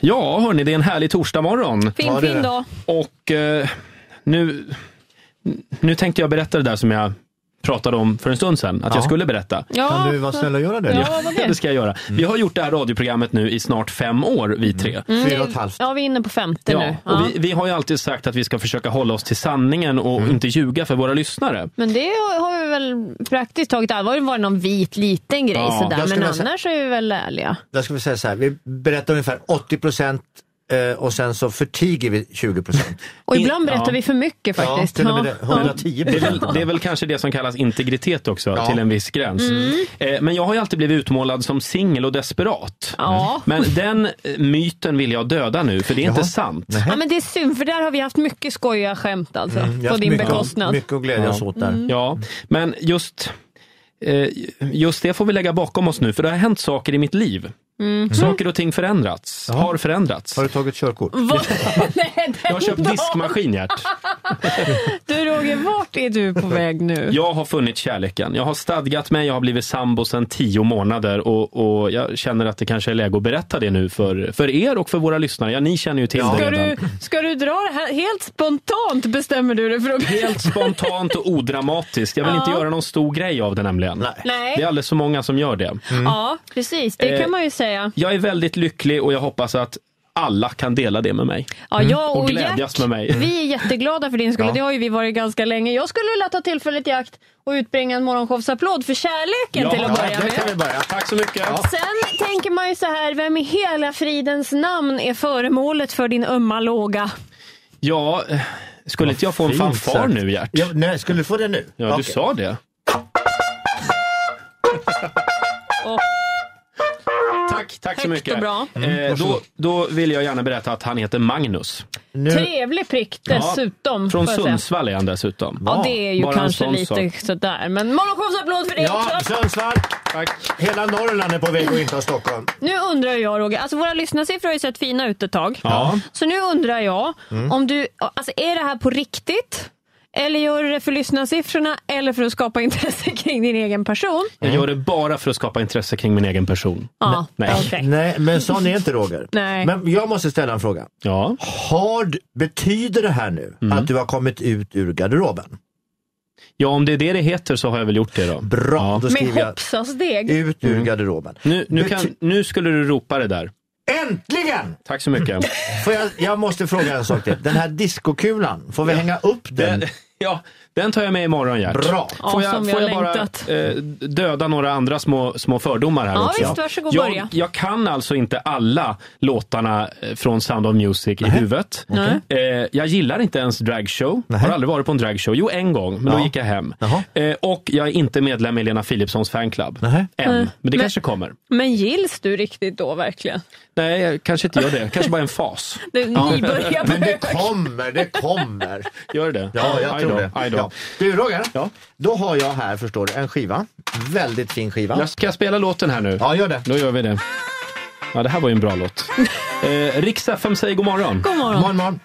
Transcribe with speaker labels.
Speaker 1: Ja, hörni, det är en härlig torsdagmorgon.
Speaker 2: Fin,
Speaker 3: Ja, det är
Speaker 2: fin
Speaker 3: det.
Speaker 2: dag.
Speaker 1: Och eh, nu, nu tänkte jag berätta det där som jag pratade om för en stund sedan, att jag
Speaker 3: Ja.
Speaker 1: skulle berätta.
Speaker 2: Ja,
Speaker 3: Kan du vara snäll och göra det?
Speaker 2: Ja, vad
Speaker 1: Det
Speaker 2: det?
Speaker 1: ska jag göra. Vi har gjort det här radioprogrammet nu i snart fem år, vi tre.
Speaker 2: Mm.
Speaker 3: Fyra och ett halvt.
Speaker 2: ja, vi är inne på femte nu.
Speaker 1: Ja,
Speaker 2: Ja.
Speaker 1: och vi, vi har ju alltid sagt att vi ska försöka hålla oss till sanningen och inte ljuga för våra lyssnare.
Speaker 2: Men det har har vi väl praktiskt taget allvarligt varit någon vit liten grej
Speaker 1: Ja,
Speaker 2: sådär.
Speaker 3: jag skulle
Speaker 2: Men
Speaker 3: säga-
Speaker 2: annars är vi väl ärliga.
Speaker 3: Där ska vi säga så här, vi berättar ungefär 80 procent eh, och sen så förtiger vi 20 procent.
Speaker 2: Och ibland berättar
Speaker 1: ja.
Speaker 2: vi för mycket
Speaker 3: Ja,
Speaker 2: faktiskt.
Speaker 3: till och med det,
Speaker 2: Ja.
Speaker 3: 110
Speaker 1: Det är, väl,
Speaker 3: procent.
Speaker 1: det är väl kanske det som kallas integritet också,
Speaker 3: Ja.
Speaker 1: till en viss gräns. Eh, Men jag har ju alltid blivit utmålad som singel och desperat.
Speaker 2: Ja.
Speaker 1: Men den eh, myten vill jag döda nu, för det är inte
Speaker 3: Jaha.
Speaker 1: sant.
Speaker 2: Ja, men det är synd, för där har vi haft mycket skojiga skämt alltså.
Speaker 3: Mm,
Speaker 2: på din bekostnad. Mm.
Speaker 3: Mycket att glädjas
Speaker 1: Ja.
Speaker 3: åt där.
Speaker 1: Ja, men just, eh, just det får vi lägga bakom oss nu, för det har hänt saker i mitt liv.
Speaker 2: Mhm.
Speaker 1: Saker och ting förändrats, har förändrats.
Speaker 3: Har du tagit körkort?
Speaker 2: Vad- Nej,
Speaker 1: Jag har köpt
Speaker 2: den dagen.
Speaker 1: diskmaskin, Gert.
Speaker 2: Du Roger, vart är du på väg nu?
Speaker 1: Jag har funnit kärleken. Jag har stadgat mig, jag har blivit sambo sedan tio månader och, och jag känner att det kanske är läge att berätta det nu för, för er och för våra lyssnare. Ja, ni känner ju till
Speaker 3: Ja.
Speaker 1: det
Speaker 2: Ska
Speaker 1: redan.
Speaker 2: du, ska du dra det här helt spontant bestämmer du dig för att...
Speaker 1: Helt spontant och odramatiskt. Jag vill inte göra någon stor grej av det nämligen.
Speaker 2: Nej.
Speaker 1: Det är alldeles för många som gör det.
Speaker 3: Mm.
Speaker 2: Ja, precis. Det
Speaker 1: Eh,
Speaker 2: kan man ju säga.
Speaker 1: Jag är väldigt lycklig och jag hoppas att alla kan dela det med mig.
Speaker 2: Ja, jag och,
Speaker 1: Mm.
Speaker 2: Mm.
Speaker 1: Och glädjas med
Speaker 2: Gert,
Speaker 1: mig.
Speaker 2: vi är jätteglada för din skull.
Speaker 3: Ja.
Speaker 2: Det har ju vi varit ganska länge. Jag skulle vilja ta tillfället i akt och utbringa en morgonshowsapplåd för kärleken till att
Speaker 1: ja,
Speaker 2: börja
Speaker 1: där
Speaker 2: med.
Speaker 1: kan vi börja. Tack så mycket.
Speaker 2: Sen tänker man ju så här, vem i hela fridens namn är föremålet för din ömma låga?
Speaker 1: Ja, eh, skulle inte jag få en
Speaker 3: Fint
Speaker 1: fanfar
Speaker 3: sagt.
Speaker 1: nu, Gert?
Speaker 3: Ja, nej, skulle du få det nu?
Speaker 1: Ja,
Speaker 3: Okej.
Speaker 1: du sa det.
Speaker 2: Och-
Speaker 1: Tack, tack
Speaker 2: Högt
Speaker 1: så mycket.
Speaker 2: och bra. Mm,
Speaker 1: eh, då, då vill jag gärna berätta att han heter Magnus.
Speaker 3: Nu,
Speaker 2: Trevlig prick dessutom.
Speaker 1: Eh, Från
Speaker 2: får jag säga.
Speaker 1: Sundsvall är han dessutom.
Speaker 2: Ja, det är ju
Speaker 1: Bara en
Speaker 2: kanske
Speaker 1: sån
Speaker 2: lite
Speaker 1: sak.
Speaker 2: sådär. Men morgonshowsapplåd för det
Speaker 3: ja,
Speaker 2: också.
Speaker 3: Sundsvall! Hela Norrland är på väg att inta Stockholm.
Speaker 2: Nu undrar jag Roger, alltså våra lyssnarsiffror har ju sett fina ut ett tag.
Speaker 1: Ja.
Speaker 2: Så nu undrar jag,
Speaker 3: Mm.
Speaker 2: om du, alltså är det här på riktigt? Eller gör du det för lyssnarsiffrorna eller för att skapa intresse kring din egen person?
Speaker 1: Jag gör det bara för att skapa intresse kring min egen person.
Speaker 2: Ja,
Speaker 1: Nej.
Speaker 2: okej.
Speaker 3: Nej, men sån är inte Roger.
Speaker 2: Nej.
Speaker 3: Men jag måste ställa en fråga.
Speaker 1: Ja.
Speaker 3: Har, d- betyder det här nu
Speaker 2: Mm.
Speaker 3: att du har kommit ut ur garderoben?
Speaker 1: ja, om det är det det heter så har jag väl gjort det då.
Speaker 3: Bra, då skriver
Speaker 2: Med
Speaker 3: jag
Speaker 2: hoppsasteg.
Speaker 3: ut ur garderoben.
Speaker 1: Mm. Nu, nu,
Speaker 3: Bety-
Speaker 1: kan, nu skulle du ropa det där.
Speaker 3: Äntligen!
Speaker 1: Tack så mycket.
Speaker 3: Får jag, jag måste fråga en sak till. Den här diskokulan, får vi hänga upp den?
Speaker 1: Den, ja, den tar jag med imorgon Gert.
Speaker 3: Bra!
Speaker 2: Ja, som vi har längtat.
Speaker 1: bara eh, döda några andra små, små fördomar här
Speaker 2: Ja,
Speaker 1: också?
Speaker 2: visst, varsågod,
Speaker 1: jag,
Speaker 2: börja.
Speaker 1: jag kan alltså inte alla låtarna eh, från Sound of Music i huvudet. Eh, jag gillar inte ens dragshow.
Speaker 3: Nähä.
Speaker 1: Har aldrig varit på en dragshow. Jo, en gång, men då
Speaker 3: Ja.
Speaker 1: gick jag hem.
Speaker 3: Jaha.
Speaker 1: Eh, och jag är inte medlem i Lena Philipssons fanclub.
Speaker 3: Nähä.
Speaker 1: Än, men det
Speaker 2: Men-
Speaker 1: kanske kommer.
Speaker 2: Men gills du riktigt då verkligen?
Speaker 1: Nej, jag kanske inte gör det. Kanske bara en fas.
Speaker 2: Det, Ni börjar
Speaker 3: Men det
Speaker 2: börja.
Speaker 3: kommer, det kommer.
Speaker 1: Gör det
Speaker 3: Ja, jag
Speaker 1: I
Speaker 3: tror
Speaker 1: know,
Speaker 3: det.
Speaker 1: I know.
Speaker 3: Ja. Du Roger,
Speaker 1: Ja.
Speaker 3: då har jag här förstår du en skiva. Väldigt fin skiva.
Speaker 1: Jag ska jag spela låten här nu.
Speaker 3: Ja, gör det.
Speaker 1: Då gör vi det. Ja, det här var ju en bra låt. Eh, Riks FM säger god morgon.
Speaker 2: God morgon.
Speaker 3: Morgon, morgon.